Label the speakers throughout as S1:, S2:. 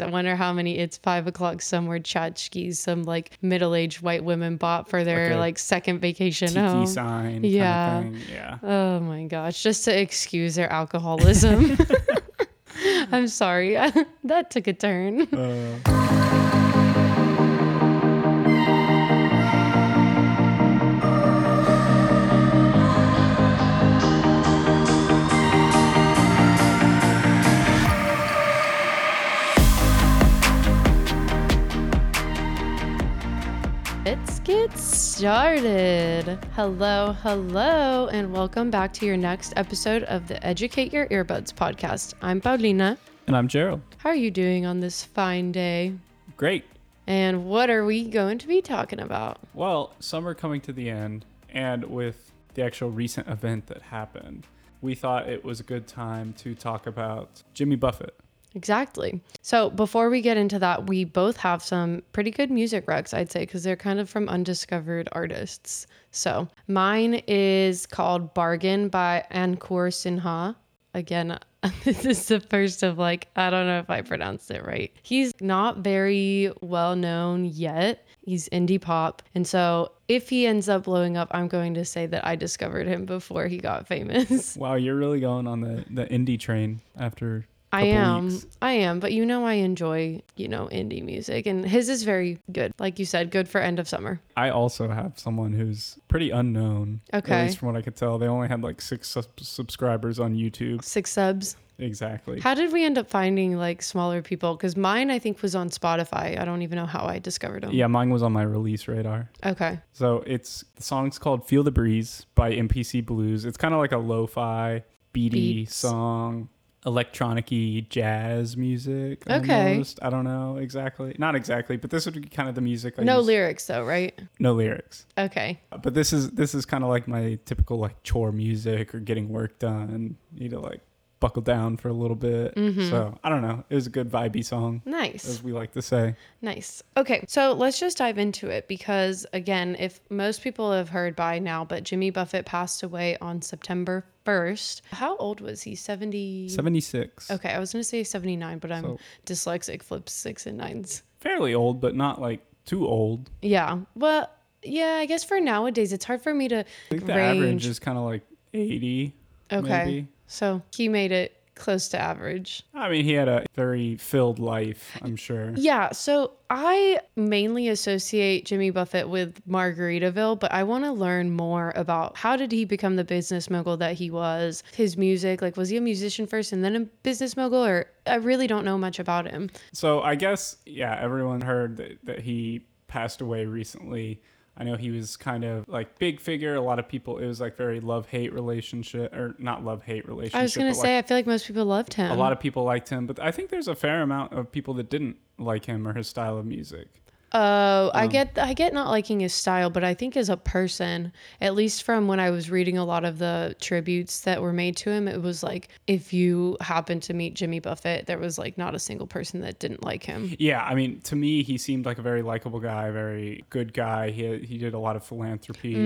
S1: I wonder how many it's five o'clock somewhere tchotchkes some like middle aged white women bought for their
S2: Like
S1: like,
S2: a
S1: second vacation
S2: Tiki
S1: home.
S2: sign. kinda
S1: Yeah.
S2: thing. Yeah.
S1: Oh my gosh, just to excuse their alcoholism. I'm sorry. that took a turn. Let's get started. Hello, hello, and welcome back to your next episode of the Educate Your Earbuds podcast. I'm Paulina.
S2: And I'm Gerald.
S1: How are you doing on this fine day?
S2: Great.
S1: And what are we going to be talking about?
S2: Well, summer coming to the end, and with the actual recent event that happened, we thought it was a good time to talk about Jimmy Buffett.
S1: Exactly. So before we get into that, we both have some pretty good music recs, I'd say, because they're kind of from undiscovered artists. So mine is called Bargain by Ankur Sinha. Again, this is the first of like, I don't know if I pronounced it right. He's not very well known yet. He's indie pop. And so if he ends up blowing up, I'm going to say that I discovered him before he got famous.
S2: Wow, you're really going on the, the indie train after. a
S1: I
S2: couple
S1: am.
S2: Weeks.
S1: I am. But you know, I enjoy, you know, indie music. And his is very good. Like you said, good for end of summer.
S2: I also have someone who's pretty unknown. At
S1: Okay.
S2: least from what I could tell, they only had like six sub- subscribers on YouTube.
S1: Six subs.
S2: Exactly.
S1: How did we end up finding like smaller people? Because mine, I think, was on Spotify. I don't even know how I discovered them.
S2: yeah, mine was on my release radar.
S1: Okay.
S2: So it's the song's called "Feel the Breeze" by MPC Blues. It's kind of like a lo-fi, beaty
S1: Beats.
S2: song, electronic-y jazz music.
S1: Okay.
S2: almost. I don't know exactly, not exactly, but this would be kind of the music. I
S1: no
S2: use-
S1: lyrics, though, right?
S2: no lyrics.
S1: Okay.
S2: But this is this is kind of like my typical like chore music or getting work done. You need to like buckle down for a little bit.
S1: Mm-hmm.
S2: So I don't know. It was a good vibey song,
S1: Nice.
S2: as we like to say.
S1: Nice. Okay, so let's just dive into it because, again, if most people have heard by now, but Jimmy Buffett passed away on September 1st. How old was he? 70.
S2: Seventy six.
S1: Okay, I was going to say 79, but I'm
S2: So-
S1: dyslexic, flips six and nines.
S2: Fairly old, but not like too old.
S1: Yeah. Well, yeah, I guess for nowadays, it's hard for me to
S2: I think the average
S1: range.
S2: is kind of like 80.
S1: okay.
S2: maybe.
S1: So he made it close to average.
S2: I mean, he had a very filled life, I'm sure.
S1: Yeah. So I mainly associate Jimmy Buffett with Margaritaville, but I want to learn more about how did he become the business mogul that he was, his music. Like, was he a musician first and then a business mogul? Or I really don't know much about him.
S2: So I guess, yeah, everyone heard that, that he passed away recently. I know he was kind of like big figure. A lot of people, it was like very love hate relationship, or not love hate relationship.
S1: I was going to
S2: but, like,
S1: say, um I feel like most people loved him.
S2: a lot of people liked him, but I think there's a fair amount of people that didn't like him or his style of music.
S1: Oh,
S2: Um,
S1: I get I get not liking his style, but I think as a person, at least from when I was reading a lot of the tributes that were made to him, it was like if you happened to meet Jimmy Buffett, there was like not a single person that didn't like him.
S2: Yeah, I mean, to me, he seemed like a very likable guy, very good guy. He, he did a lot of philanthropy,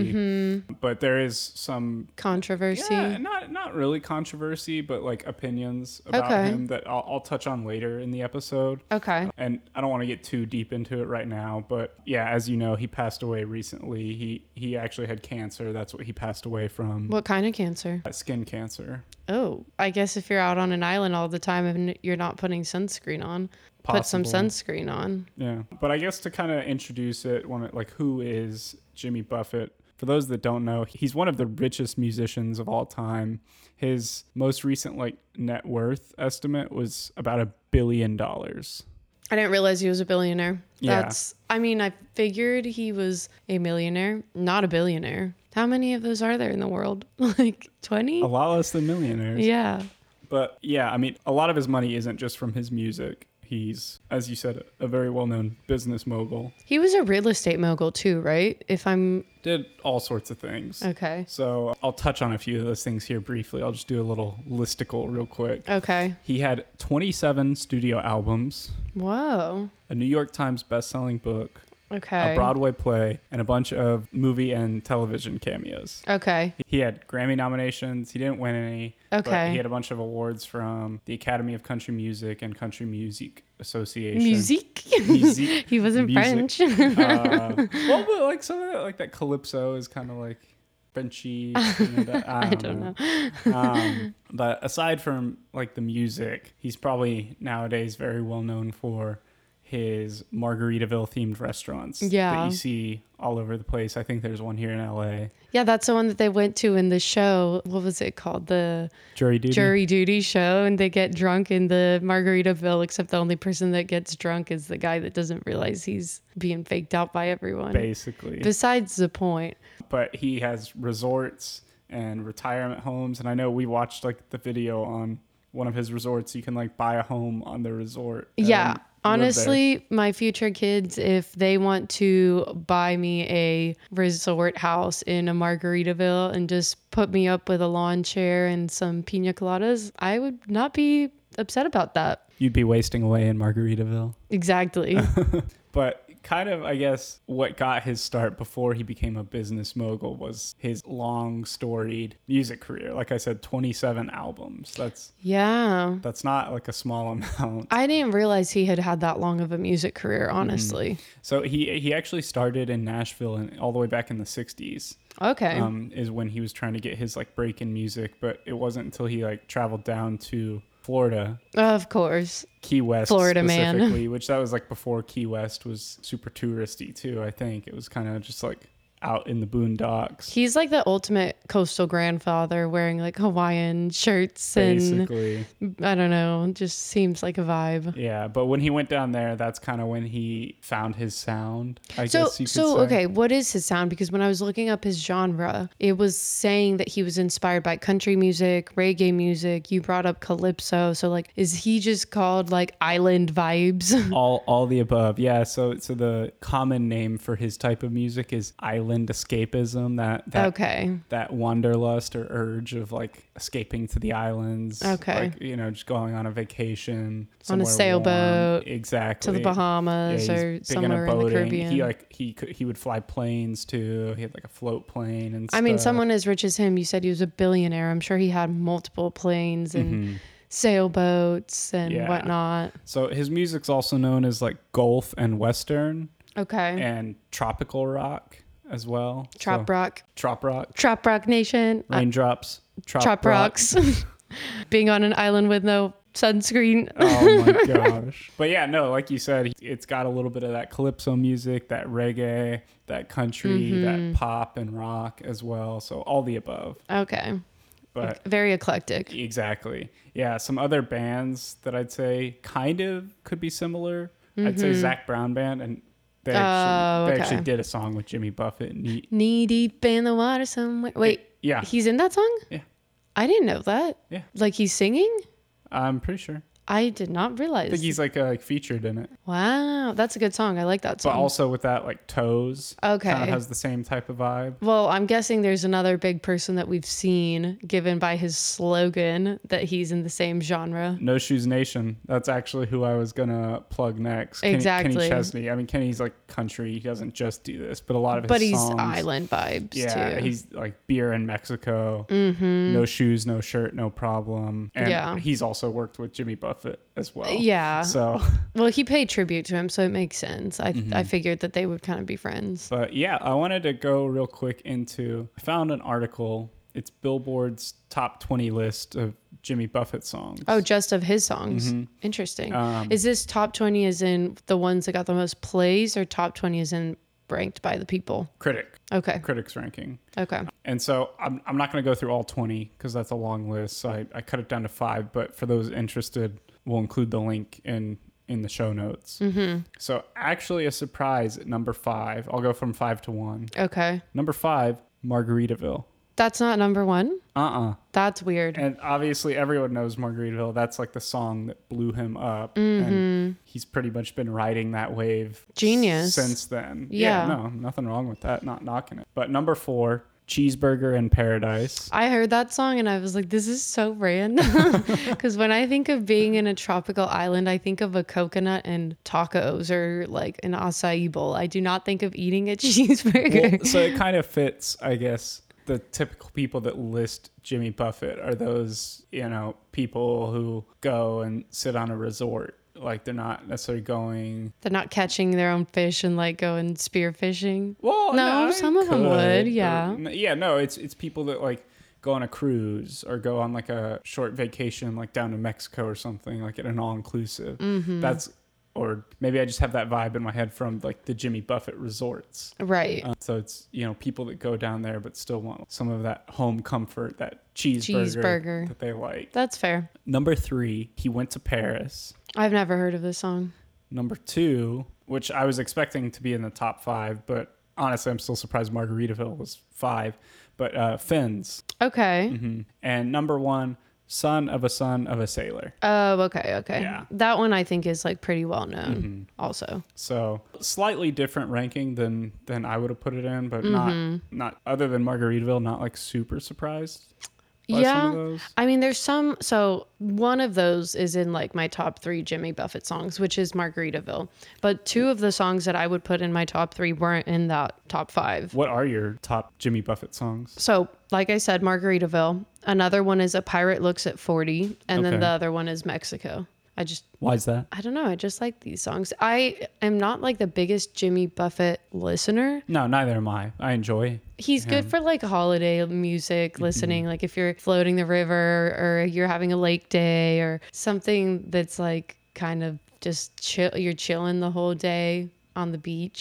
S2: but there is some
S1: Mm-hmm. Controversy.
S2: Yeah, not not really controversy, but like opinions about
S1: Okay.
S2: him that I'll, I'll touch on later in the episode.
S1: Okay.
S2: And I don't want to get too deep into it right now, but yeah, as you know, he passed away recently. He he actually had cancer. That's what he passed away from.
S1: What kind of cancer?
S2: Uh, Skin cancer.
S1: Oh, I guess if you're out on an island all the time and you're not putting sunscreen on, put some
S2: Possible.
S1: sunscreen on.
S2: Yeah. But I guess to kind of introduce it, one like who is Jimmy Buffett? For those that don't know, he's one of the richest musicians of all time. His most recent like net worth estimate was about a billion dollars.
S1: I didn't realize he was a billionaire.
S2: Yeah.
S1: That's I mean, I figured he was a millionaire, not a billionaire. How many of those are there in the world? Like 20?
S2: a lot less than millionaires.
S1: Yeah.
S2: But yeah, I mean, a lot of his money isn't just from his music. He's, as you said, a very well known business mogul.
S1: He was a real estate mogul too, right? If I'm
S2: Did all sorts of things.
S1: okay.
S2: So I'll touch on a few of those things here briefly. I'll just do a little listicle real quick.
S1: Okay.
S2: He had 27 studio albums,
S1: Whoa.
S2: a New York Times best-selling book,
S1: Okay.
S2: a Broadway play, and a bunch of movie and television cameos.
S1: okay.
S2: He had Grammy nominations. He didn't win any. But
S1: Okay.
S2: he had a bunch of awards from the Academy of Country Music and Country Music association.
S1: Musique.
S2: Musique.
S1: he wasn't
S2: Music.
S1: French.
S2: uh, well, but like some of that, like that calypso is kind of like Frenchy. you know, that- I,
S1: I don't know.
S2: um, but aside from like the music, he's probably nowadays very well known for his Margaritaville themed restaurants that
S1: Yeah.
S2: you see all over the place. I think there's one here in LA.
S1: Yeah, that's the one that they went to in the show. What was it called? The
S2: Jury duty.
S1: jury duty show, and they get drunk in the Margaritaville. Except the only person that gets drunk is the guy that doesn't realize he's being faked out by everyone.
S2: Basically.
S1: Besides the point.
S2: but he has resorts and retirement homes and i know we watched like the video on one of his resorts you can like buy a home on the resort and
S1: Yeah.
S2: live there.
S1: Honestly, my future kids, if they want to buy me a resort house in a Margaritaville and just put me up with a lawn chair and some pina coladas, I would not be upset about that.
S2: you'd be wasting away in margaritaville
S1: Exactly.
S2: but kind of i guess what got his start before he became a business mogul was his long storied music career like i said 27 albums that's
S1: yeah.
S2: that's not like a small amount
S1: I didn't realize he had had that long of a music career, honestly.
S2: so he he actually started in nashville and all the way back in the 60s
S1: Okay.
S2: um, is when he was trying to get his like break in music, but it wasn't until he like traveled down to Florida,
S1: of course.
S2: Key West,
S1: Florida man.
S2: specifically, which that was like before Key West was super touristy too. I think it was kind of just like out in the boondocks,
S1: He's like the ultimate coastal grandfather wearing like Hawaiian shirts and
S2: basically.
S1: I don't know, just seems like a vibe.
S2: Yeah, but when he went down there, that's kind of when he found his sound. I
S1: So,
S2: guess you could
S1: so
S2: say.
S1: okay, what is his sound? Because when I was looking up his genre, it was saying that he was inspired by country music, reggae music. You brought up calypso, so like, is he just called like island vibes?
S2: All, all the above, yeah. So, so the common name for his type of music is island escapism. That that
S1: okay,
S2: that wanderlust or urge of like escaping to the islands.
S1: Okay.
S2: Like, you know, just going on a vacation
S1: On a
S2: somewhere warm.
S1: sailboat,
S2: Exactly.
S1: to the
S2: Yeah,
S1: Bahamas
S2: he's
S1: or
S2: big into
S1: somewhere in the
S2: boating.
S1: Caribbean.
S2: He like he could he would fly planes too. He had like a float plane and.
S1: I mean,
S2: stuff.
S1: someone as rich as him. You said he was a billionaire. I'm sure he had multiple planes
S2: Mm-hmm.
S1: and sailboats and
S2: Yeah.
S1: whatnot.
S2: So his music's also known as like golf and western
S1: Okay,
S2: and tropical rock as well.
S1: trap
S2: so,
S1: rock, Uh,
S2: Trop rock.
S1: trap rock nation. I-
S2: Raindrops. Trop,
S1: Chop
S2: rock.
S1: rocks. Being on an island with no sunscreen.
S2: oh my gosh. But yeah, no, like you said, it's got a little bit of that calypso music, that reggae, that country,
S1: Mm-hmm.
S2: that pop and rock as well. So all the above.
S1: Okay.
S2: But
S1: Very eclectic.
S2: exactly. Yeah, some other bands that I'd say kind of could be similar. I'd say Zach Brown Band and they actually,
S1: Mm-hmm. Oh,
S2: they actually
S1: okay.
S2: did a song with Jimmy Buffett and he,
S1: Knee deep in the water somewhere. Wait,
S2: yeah,
S1: he's in that song?
S2: Yeah.
S1: I didn't know that.
S2: Yeah.
S1: Like he's singing?
S2: I'm pretty sure.
S1: I did not
S2: I
S1: realize.
S2: think he's like uh, like featured in it.
S1: wow, that's a good song. I like that
S2: But
S1: song.
S2: also with that like toes, kind
S1: Okay.
S2: of has the same type of vibe.
S1: well, I'm guessing there's another big person that we've seen given by his slogan that he's in the same genre.
S2: No Shoes Nation. That's actually who I was gonna plug next. Kenny, Kenny
S1: Exactly.
S2: Chesney. I mean, Kenny's like country. He doesn't just do this, but a lot of his
S1: But he's
S2: songs-
S1: island vibes
S2: Yeah,
S1: too. Mm-hmm.
S2: he's like beer in Mexico. No shoes, no shirt, no problem. And
S1: Yeah.
S2: he's also worked with Jimmy Buffett as well.
S1: Uh, Yeah.
S2: So, Mm-hmm.
S1: Well, he paid tribute to him, so it makes sense. I I figured that they would kind of be friends.
S2: but yeah, I wanted to go real quick into. I found an article. It's Billboard's top 20 list of Jimmy Buffett songs.
S1: Oh, just of his songs. Interesting.
S2: Mm-hmm. Um,
S1: is this top 20 as in the ones that got the most plays or top 20 as in ranked by the people?
S2: critic,
S1: Okay.
S2: critics ranking.
S1: Okay.
S2: And so I'm, I'm not going to go through all 20 because that's a long list. So I, I cut it down to five. But for those interested, we'll include the link in in the show notes. Mm-hmm. So actually, a surprise at number five. I'll go from five to one.
S1: Okay.
S2: Number five, Margaritaville.
S1: That's not number one.
S2: Uh uh
S1: That's weird.
S2: And obviously, everyone knows Margaritaville. That's like the song that blew him up. And he's pretty much been riding that wave
S1: Mm-hmm. Genius.
S2: since then.
S1: Yeah.
S2: No, nothing wrong with that. Not knocking it. But number four, Cheeseburger in Paradise.
S1: I heard that song and I was like, this is so random. Because when I think of being in a tropical island, I think of a coconut and tacos or like an acai bowl. I do not think of eating a cheeseburger.
S2: well, so it kind of fits, I guess. The typical people that list Jimmy Buffett are those, you know, people who go and sit on a resort Like they're not necessarily going.
S1: They're not catching their own fish and like going spear fishing.
S2: Well,
S1: No,
S2: I
S1: some of 'em
S2: could,
S1: would,
S2: but-
S1: yeah.
S2: n- yeah, no, it's it's people that like go on a cruise or go on like a short vacation, like down to Mexico or something, like at an all inclusive.
S1: Mm-hmm.
S2: That's or maybe I just have that vibe in my head from like the Jimmy Buffett resorts.
S1: Right.
S2: Uh, so it's you know people that go down there but still want some of that home comfort, that cheeseburger,
S1: Cheeseburger.
S2: that they like.
S1: That's fair.
S2: Number three, he went to Paris.
S1: I've never heard of this song.
S2: Number two, which I was expecting to be in the top five, but honestly, I'm still surprised Margaritaville was five. But uh, Fins.
S1: Okay.
S2: hmm And number one, Son of a Son of a Sailor.
S1: Oh, okay, okay.
S2: Yeah. Mm-hmm.
S1: That one I think is like pretty well known also.
S2: So slightly different ranking than than I would have put it in, but not
S1: Mm-hmm.
S2: not other than Margaritaville, not like super surprised. by some
S1: yeah.
S2: of those.
S1: I mean, there's some. So one of those is in like my top three Jimmy Buffett songs, which is Margaritaville. But two of the songs that I would put in my top three weren't in that top five.
S2: What are your top Jimmy Buffett songs?
S1: So, like I said, Margaritaville. Another one is A Pirate Looks at 40. And then
S2: Okay.
S1: the other one is Mexico. I just
S2: Why is that?
S1: I don't know. I just like these songs. I am not like the biggest Jimmy Buffett listener.
S2: No, neither am I. I enjoy.
S1: He's good for like holiday
S2: Mm-hmm.
S1: music listening. Like if you're floating the river or you're having a lake day or something that's like kind of just chill. You're chilling the whole day on the beach.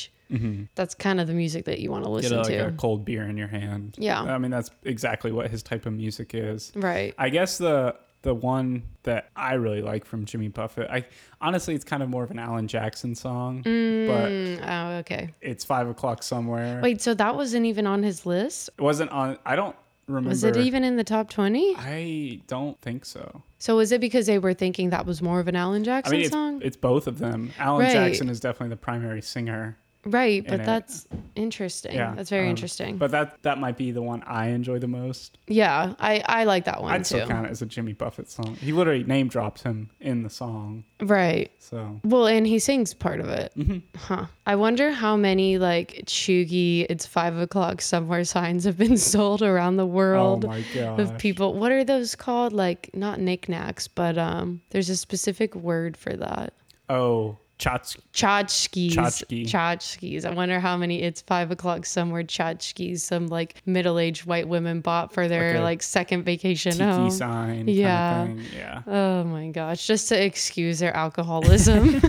S1: That's kind of the music that you want to
S2: Mm-hmm. Get
S1: listen to.
S2: like a cold beer in your hand.
S1: Yeah.
S2: I mean, that's exactly what his type of music is.
S1: right.
S2: I guess the the one that I really like from Jimmy Buffett, I honestly it's kind of more of an Alan Jackson song, but
S1: Mm, oh, okay.
S2: it's five o'clock somewhere.
S1: Wait, so that wasn't even on his list?
S2: It wasn't on. I don't remember.
S1: Was it even in the top 20?
S2: I don't think so.
S1: So was it because they were thinking that was more of an Alan
S2: I
S1: Jackson
S2: mean, it's,
S1: song?
S2: it's both of them. Alan
S1: Right.
S2: Jackson is definitely the primary singer.
S1: Right,
S2: in
S1: but
S2: it.
S1: that's interesting.
S2: Yeah,
S1: that's very
S2: um,
S1: interesting.
S2: But that that might be the one I enjoy the most.
S1: yeah, I I like that one
S2: I'd
S1: too.
S2: still count it as a Jimmy Buffett song. He literally name drops him in the song.
S1: Right.
S2: So
S1: Well, and he sings part of it.
S2: Mm-hmm.
S1: Huh. I wonder how many like Chugi, it's five o'clock somewhere signs have been sold around the
S2: oh
S1: world.
S2: my
S1: of
S2: god,
S1: people what are those called like not knickknacks but um there's a specific word for that
S2: oh Chotsky.
S1: tchotchkes
S2: Tchotchke.
S1: tchotchkes i wonder how many it's five o'clock somewhere tchotchkes some like middle-aged white women bought for their
S2: Like
S1: like,
S2: a
S1: second vacation
S2: tiki
S1: home
S2: sign
S1: Yeah.
S2: kind of thing. Yeah.
S1: Oh my gosh, just to excuse their alcoholism.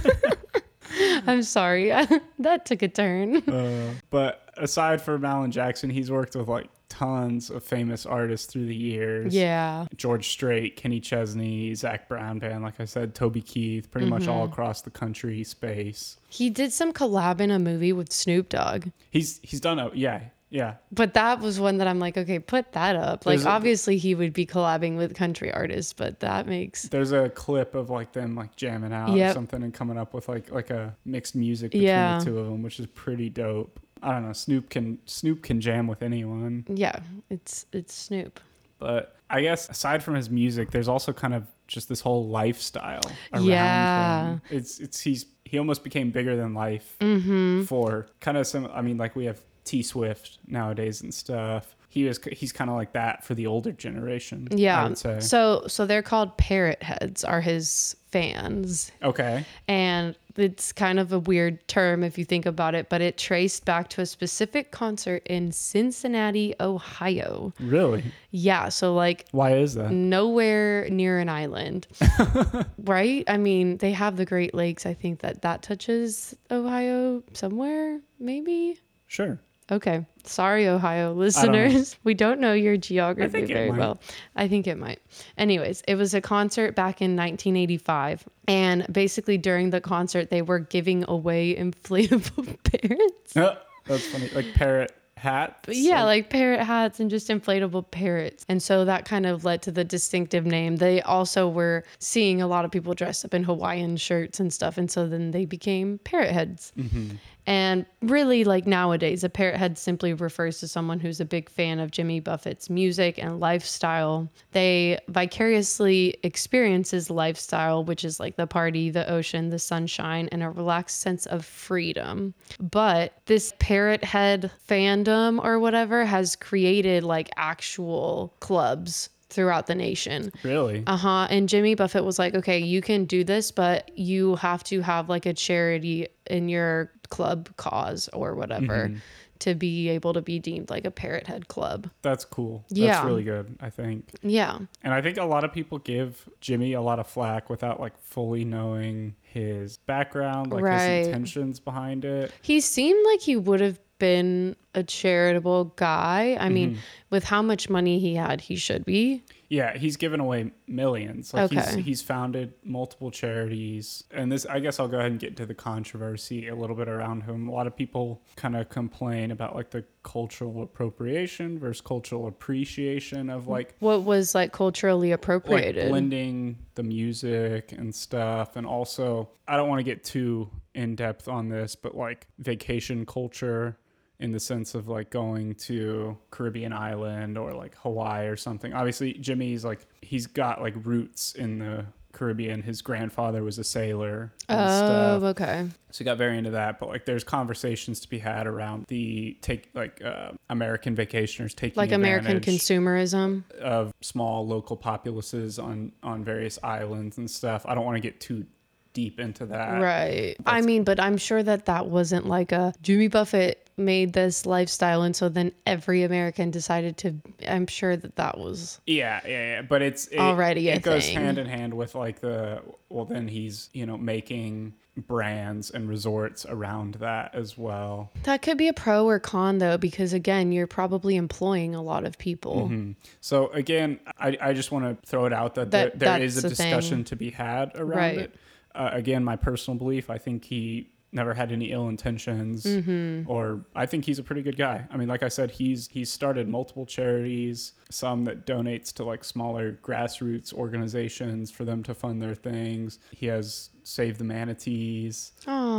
S1: I'm sorry. that took a turn.
S2: Uh, but aside from Alan Jackson, he's worked with like tons of famous artists through the years.
S1: Yeah.
S2: George Strait, Kenny Chesney, Zach Brown Band, like I said, Toby Keith, pretty much
S1: Mm-hmm.
S2: all across the country space.
S1: He did some collab in a movie with Snoop Dogg.
S2: He's he's done a yeah, yeah.
S1: But that was one that I'm like, okay, put that up. Like
S2: There's a-
S1: obviously he would be collabing with country artists, but that makes
S2: There's a clip of like them like jamming out or
S1: Yep.
S2: something and coming up with like like a mixed music between
S1: Yeah.
S2: the two of them, which is pretty dope. I don't know. Snoop can Snoop can jam with anyone.
S1: yeah, it's it's Snoop.
S2: But I guess aside from his music, there's also kind of just this whole lifestyle around
S1: Yeah.
S2: him. It's it's he's he almost became bigger than life
S1: Mm-hmm.
S2: for kind of some. I mean, like we have T Swift nowadays and stuff. He was he's kind of like that for the older generation. I
S1: Yeah.
S2: would say.
S1: So so they're called parrot heads are his fans.
S2: okay.
S1: And it's kind of a weird term if you think about it, but it traced back to a specific concert in Cincinnati, Ohio.
S2: Really?
S1: Yeah, so like
S2: Why is that?
S1: nowhere near an island. right? I mean, they have the Great Lakes. I think that that touches Ohio somewhere, maybe.
S2: Sure.
S1: Okay. Sorry, Ohio
S2: don't know.
S1: listeners. we don't know your geography
S2: think it
S1: very
S2: might.
S1: well. I think it might. Anyways, it was a concert back in 1985. And basically, during the concert, they were giving away inflatable parrots.
S2: Uh, That's funny. Like parrot hat.
S1: But yeah, like parrot hats and just inflatable parrots. And so that kind of led to the distinctive name. They also were seeing a lot of people dressed up in Hawaiian shirts and stuff. And so then they became parrot heads. And really, like nowadays, a parrot head simply refers to someone who's a big fan of Jimmy Buffett's music and lifestyle. They vicariously experience his lifestyle, which is like the party, the ocean, the sunshine, and a relaxed sense of freedom. But this parrot head fandom or whatever has created like actual clubs throughout the nation.
S2: Really?
S1: Uh huh. And Jimmy Buffett was like, okay, you can do this, but you have to have like a charity in your club cause or whatever
S2: Mm-hmm.
S1: to be able to be deemed like a parrot head club.
S2: That's cool. That's
S1: Yeah.
S2: really good, I think.
S1: Yeah.
S2: And I think a lot of people give Jimmy a lot of flack without like fully knowing his background, like
S1: Right.
S2: his intentions behind it.
S1: He seemed like he would have been a charitable guy. I
S2: Mm-hmm.
S1: mean, with how much money he had, he should be.
S2: Yeah, he's given away millions. Like
S1: Okay.
S2: he's he's founded multiple charities. And this I guess I'll go ahead and get into the controversy a little bit around him. A lot of people kind of complain about like the cultural appropriation versus cultural appreciation
S1: Mm.
S2: of like
S1: What was like culturally
S2: like
S1: appropriated?
S2: blending the music and stuff and also i don't want to get too in depth on this but like vacation culture in the sense of like going to caribbean island or like hawaii or something obviously jimmy's like he's got like roots in the caribbean his grandfather was a sailor and stuff
S1: oh, okay.
S2: so he got very into that but like there's conversations to be had around the take like uh, american vacationers taking
S1: Like American
S2: advantage
S1: consumerism.
S2: of small local populaces on on various islands and stuff. I don't want to get too deep into that.
S1: right. I mean, but I'm sure that that wasn't like a Jimmy Buffett made this lifestyle. And so then every American decided to, I'm sure that that was
S2: Yeah, yeah, yeah. But it's it,
S1: Already a
S2: it goes
S1: thing.
S2: hand in hand with like the well then he's, you know, making brands and resorts around that as well.
S1: That could be a pro or con though, because again, you're probably employing a lot of people.
S2: So again, I, I just want to throw it out that,
S1: That-
S2: there, there is
S1: that's
S2: a
S1: the thing.
S2: discussion to be had around
S1: Right.
S2: it. Uh, again, my personal belief, I think he never had any ill intentions,
S1: Mm-hmm.
S2: or I think he's a pretty good guy. I mean, like I said, he's he's started multiple charities, some that donates to like smaller grassroots organizations for them to fund their things. He has Save the Manatees,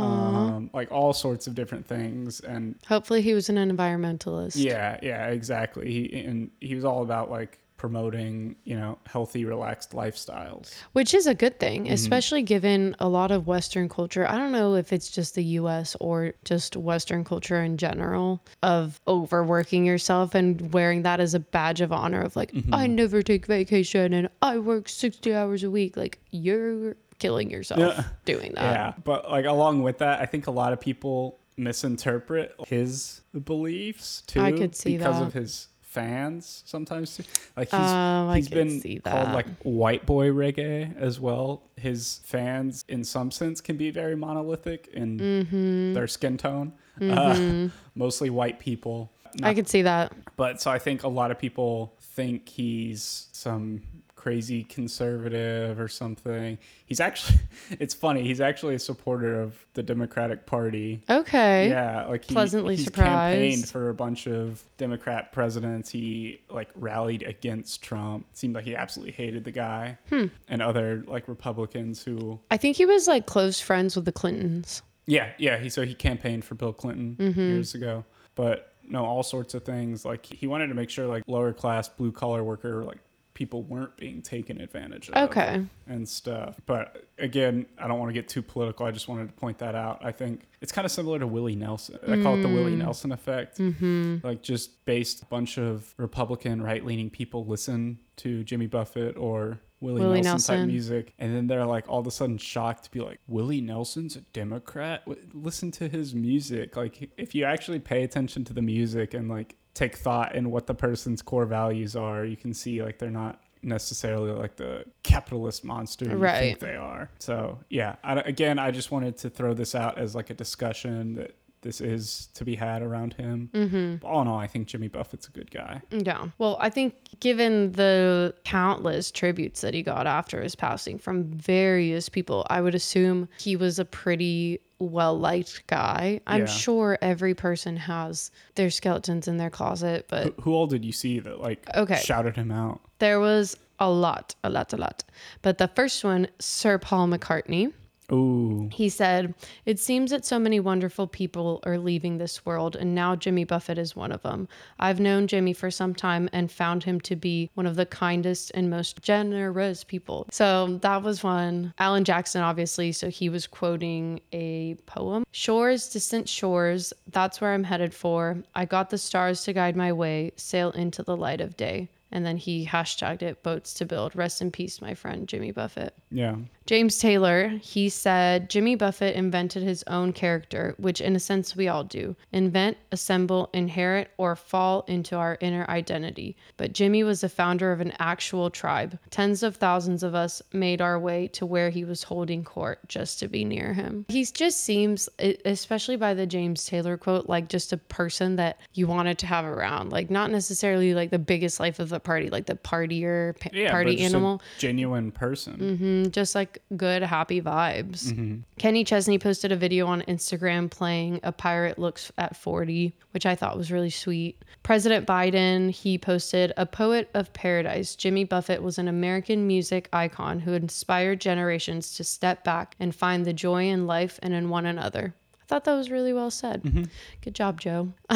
S2: um, like all sorts of different things, and
S1: Hopefully, he was an environmentalist.
S2: yeah, yeah, exactly. He and he was all about like promoting, you know, healthy, relaxed lifestyles.
S1: Which is a good thing,
S2: Mm-hmm.
S1: especially given a lot of Western culture. I don't know if it's just the US or just Western culture in general of overworking yourself and wearing that as a badge of honor of like,
S2: Mm-hmm.
S1: I never take vacation and I work 60 hours a week. Like, you're killing yourself
S2: Yeah.
S1: doing that.
S2: yeah, but like along with that, I think a lot of people misinterpret his beliefs too
S1: I could see
S2: because of
S1: that.
S2: his fans sometimes too. Like he's
S1: Oh, I
S2: he's
S1: could
S2: been
S1: see
S2: called
S1: that.
S2: like white boy reggae as well. His fans in some sense can be very monolithic in
S1: Mm-hmm.
S2: their skin tone. Uh, mostly white people.
S1: I could see that.
S2: But so I think a lot of people think he's some crazy conservative or something. He's actually, it's funny, he's actually a supporter of the Democratic Party.
S1: Okay.
S2: Yeah, like he,
S1: Pleasantly
S2: he's campaigned
S1: surprised.
S2: for a bunch of Democrat presidents. He like rallied against Trump. Seemed like he absolutely hated the guy
S1: Hmm.
S2: and other like Republicans who
S1: I think he was like close friends with the Clintons.
S2: yeah, yeah. He so he campaigned for Bill Clinton years ago, but no, all sorts of things. Like he wanted to make sure like lower class, blue collar worker, like people weren't being taken advantage of.
S1: Okay.
S2: And stuff. But again, I don't want to get too political. I just wanted to point that out. I think it's kind of similar to Willie Nelson. I call it the
S1: Mm.
S2: Willie Nelson effect.
S1: Mm-hmm.
S2: Like just based a bunch of Republican right leaning people listen to Jimmy Buffett or Willie,
S1: Willie
S2: Nelson type
S1: Nelson.
S2: music music and then they're like all of a sudden shocked to be like willie nelson's a democrat W- listen to his music like if you actually pay attention to the music and like take thought in what the person's core values are you can see like they're not necessarily like the capitalist monster you think
S1: Right.
S2: they are so yeah I, again i just wanted to throw this out as like a discussion that this is to be had around him mm-hmm. all in all i think jimmy buffett's a good guy
S1: Yeah. Well, I think given the countless tributes that he got after his passing from various people, I would assume he was a pretty well liked guy. I'm
S2: Yeah.
S1: sure every person has their skeletons in their closet, but
S2: who all did you see that like
S1: Okay.
S2: shouted him out
S1: there was a lot, a lot, a lot. But the first one, Sir Paul McCartney.
S2: ooh
S1: He said, It seems that so many wonderful people are leaving this world, and now Jimmy Buffett is one of them. I've known Jimmy for some time and found him to be one of the kindest and most generous people. So that was one. Alan Jackson, obviously, so he was quoting a poem Shores, distant shores, that's where I'm headed for. I got the stars to guide my way, sail into the light of day. And then he hashtagged it boats to build. Rest in peace, my friend Jimmy Buffett.
S2: Yeah.
S1: James Taylor, he said, Jimmy Buffett invented his own character, which in a sense we all do invent, assemble, inherit, or fall into our inner identity. But Jimmy was the founder of an actual tribe. Tens of thousands of us made our way to where he was holding court just to be near him. He just seems, e, especially by the James Taylor quote, like just a person that you wanted to have around. Like, not necessarily like the biggest life of the party, like the partier, pa-
S2: Yeah.
S1: party
S2: but just a
S1: animal.
S2: genuine person.
S1: Mm, just like good, happy vibes. Kenny Chesney posted a video on Instagram playing A Pirate Looks at 40, which I thought was really sweet. President Biden, he posted A Poet of Paradise. Jimmy Buffett was an American music icon who inspired generations to step back and find the joy in life and in one another. I thought that was really well said. Good job, Joe.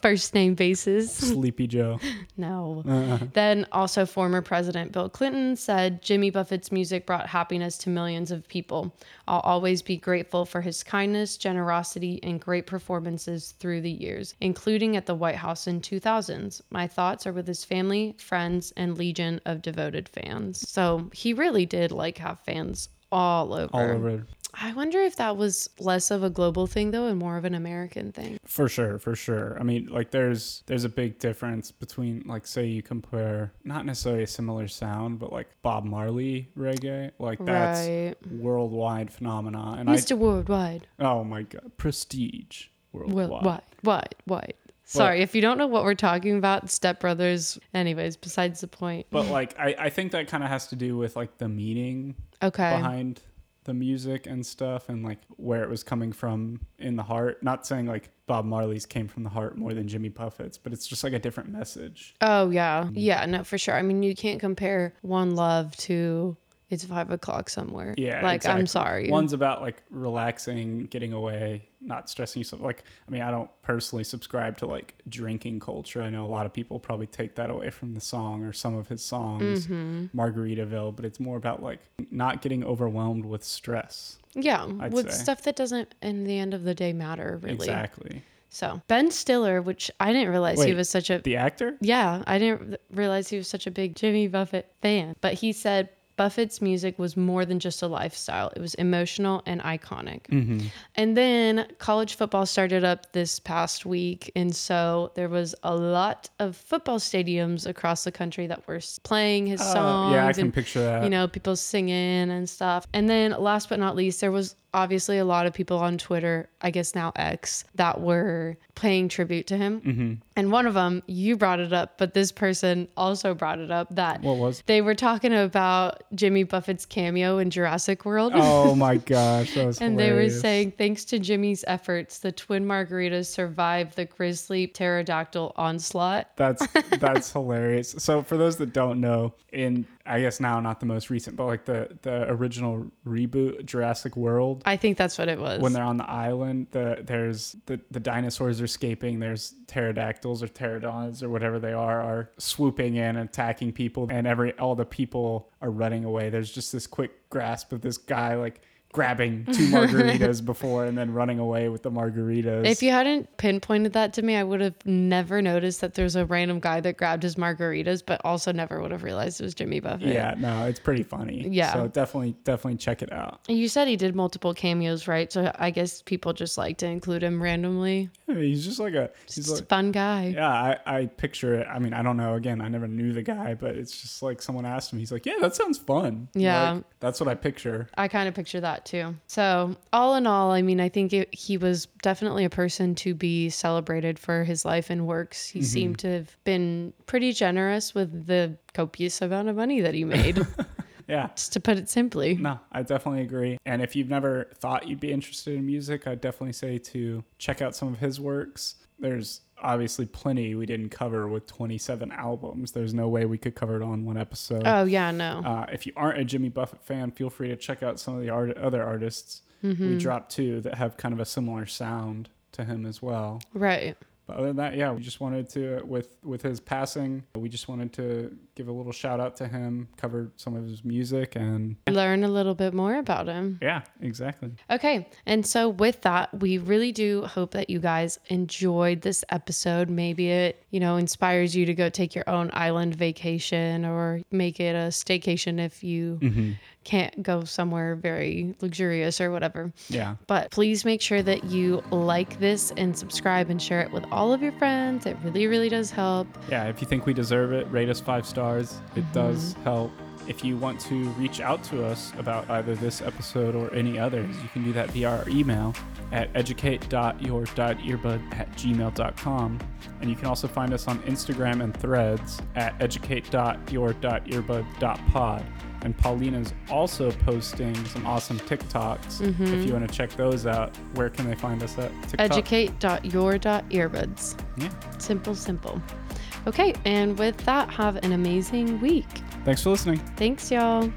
S1: First name basis.
S2: Sleepy Joe.
S1: No.
S2: Uh-uh.
S1: Then also former President Bill Clinton said Jimmy Buffett's music brought happiness to millions of people. I'll always be grateful for his kindness, generosity, and great performances through the years, including at the White House in 2000s. My thoughts are with his family, friends, and legion of devoted fans. So he really did like have fans all over.
S2: All over.
S1: I wonder if that was less of a global thing though and more of an American thing.
S2: For sure, for sure. I mean, like there's there's a big difference between like say you compare not necessarily a similar sound, but like Bob Marley reggae, like that's
S1: Right.
S2: worldwide phenomena. And
S1: Mr. Worldwide.
S2: I oh my god, prestige worldwide.
S1: Well, why, why, why? Sorry, if you don't know what we're talking about, Step Brothers. Anyways, besides the point.
S2: But like I I think that kind of has to do with like the meaning
S1: Okay.
S2: behind the music and stuff and like where it was coming from in the heart. Not saying like Bob Marley's came from the heart more than Jimmy Buffett's, but it's just like a different message.
S1: Oh yeah, yeah. No, for sure. I mean, you can't compare One Love to It's Five O'clock Somewhere.
S2: Yeah,
S1: Like I'm
S2: exactly.
S1: sorry.
S2: One's about like relaxing, getting away, not stressing yourself. Like, I mean, I don't personally subscribe to like drinking culture. I know a lot of people probably take that away from the song or some of his
S1: Mm-hmm.
S2: songs, Margaritaville, but it's more about like not getting overwhelmed with stress.
S1: yeah,
S2: I'd
S1: with
S2: say.
S1: stuff that doesn't, in the end of the day, matter really.
S2: Exactly.
S1: So Ben Stiller, which I didn't realize he
S2: Wait,
S1: was such a
S2: The actor?
S1: Yeah, I didn't realize he was such a big Jimmy Buffett fan, but he said Buffett's music was more than just a lifestyle. It was emotional and iconic.
S2: Mm-hmm.
S1: And then college football started up this past week. And so there was a lot of football stadiums across the country that were s- playing his
S2: Uh,
S1: songs.
S2: yeah, I can
S1: and
S2: picture that.
S1: you know, people singing and stuff. And then last but not least, there was obviously a lot of people on Twitter, I guess now X, that were paying tribute to him.
S2: Mm-hmm.
S1: And one of them, you brought it up, but this person also brought it up that
S2: What was-
S1: they were talking about Jimmy Buffett's cameo in Jurassic World.
S2: oh my gosh. That was
S1: And they were
S2: hilarious.
S1: saying, thanks to Jimmy's efforts, the twin margaritas survived the grizzly pterodactyl onslaught.
S2: That's that's hilarious. So for those that don't know, in I guess now not the most recent, but like the the original reboot Jurassic World,
S1: I think that's what it was.
S2: when they're on the island, the there's the, the dinosaurs are escaping. There's pterodactyls or pterodons or whatever they are are swooping in, attacking people, and every all the people are running away. There's just this quick grasp of this guy like grabbing two margaritas before and then running away with the margaritas.
S1: If you hadn't pinpointed that to me, I would have never noticed that there's a random guy that grabbed his margaritas, but also never would have realized it was Jimmy Buffett.
S2: yeah, no, it's pretty funny.
S1: Yeah.
S2: So definitely, definitely check it out.
S1: And You said he did multiple cameos, right? So I guess people just like to include him randomly.
S2: I mean, he's just like a he's
S1: He's a
S2: like
S1: fun guy.
S2: yeah I, I picture it i mean i don't know again i never knew the guy but it's just like someone asked him he's like yeah that sounds fun
S1: Yeah.
S2: Like, that's what i picture
S1: I kind of picture that too. So, all in all, I mean, I think it, he was definitely a person to be celebrated for his life and works.
S2: Mm-hmm.
S1: He seemed to have been pretty generous with the copious amount of money that he made,
S2: yeah
S1: just to put it simply.
S2: no i definitely agree and if you've never thought you'd be interested in music i'd definitely say to check out some of his works there's obviously plenty we didn't cover with 27 albums there's no way we could cover it on one episode
S1: Oh, yeah, no.
S2: Uh, if you aren't a Jimmy Buffett fan, feel free to check out some of the art- other artists. We dropped two that have kind of a similar sound to him as well.
S1: right.
S2: But other than that, yeah, we just wanted to with with his passing, we just wanted to give a little shout out to him, cover some of his music, and
S1: Learn a little bit more about him.
S2: yeah, exactly.
S1: Okay. And so, with that, we really do hope that you guys enjoyed this episode. Maybe it, you know, inspires you to go take your own island vacation or make it a staycation if you can't go somewhere very luxurious or whatever.
S2: Yeah,
S1: But please make sure that you like this and subscribe and share it with all of your friends. It really, really does help.
S2: yeah. If you think we deserve it, rate us five stars. It does help. If you want to reach out to us about either this episode or any others, you can do that via our email at educate.your.earbud at gmail.com. And you can also find us on Instagram and threads at educate.your.earbud.pod. And Paulina's also posting some awesome TikToks. If you want to check those out, where can they find us at? TikTok?
S1: Educate.your.earbuds.
S2: Yeah.
S1: Simple, simple. Okay. And with that, have an amazing week.
S2: Thanks for listening.
S1: Thanks, y'all.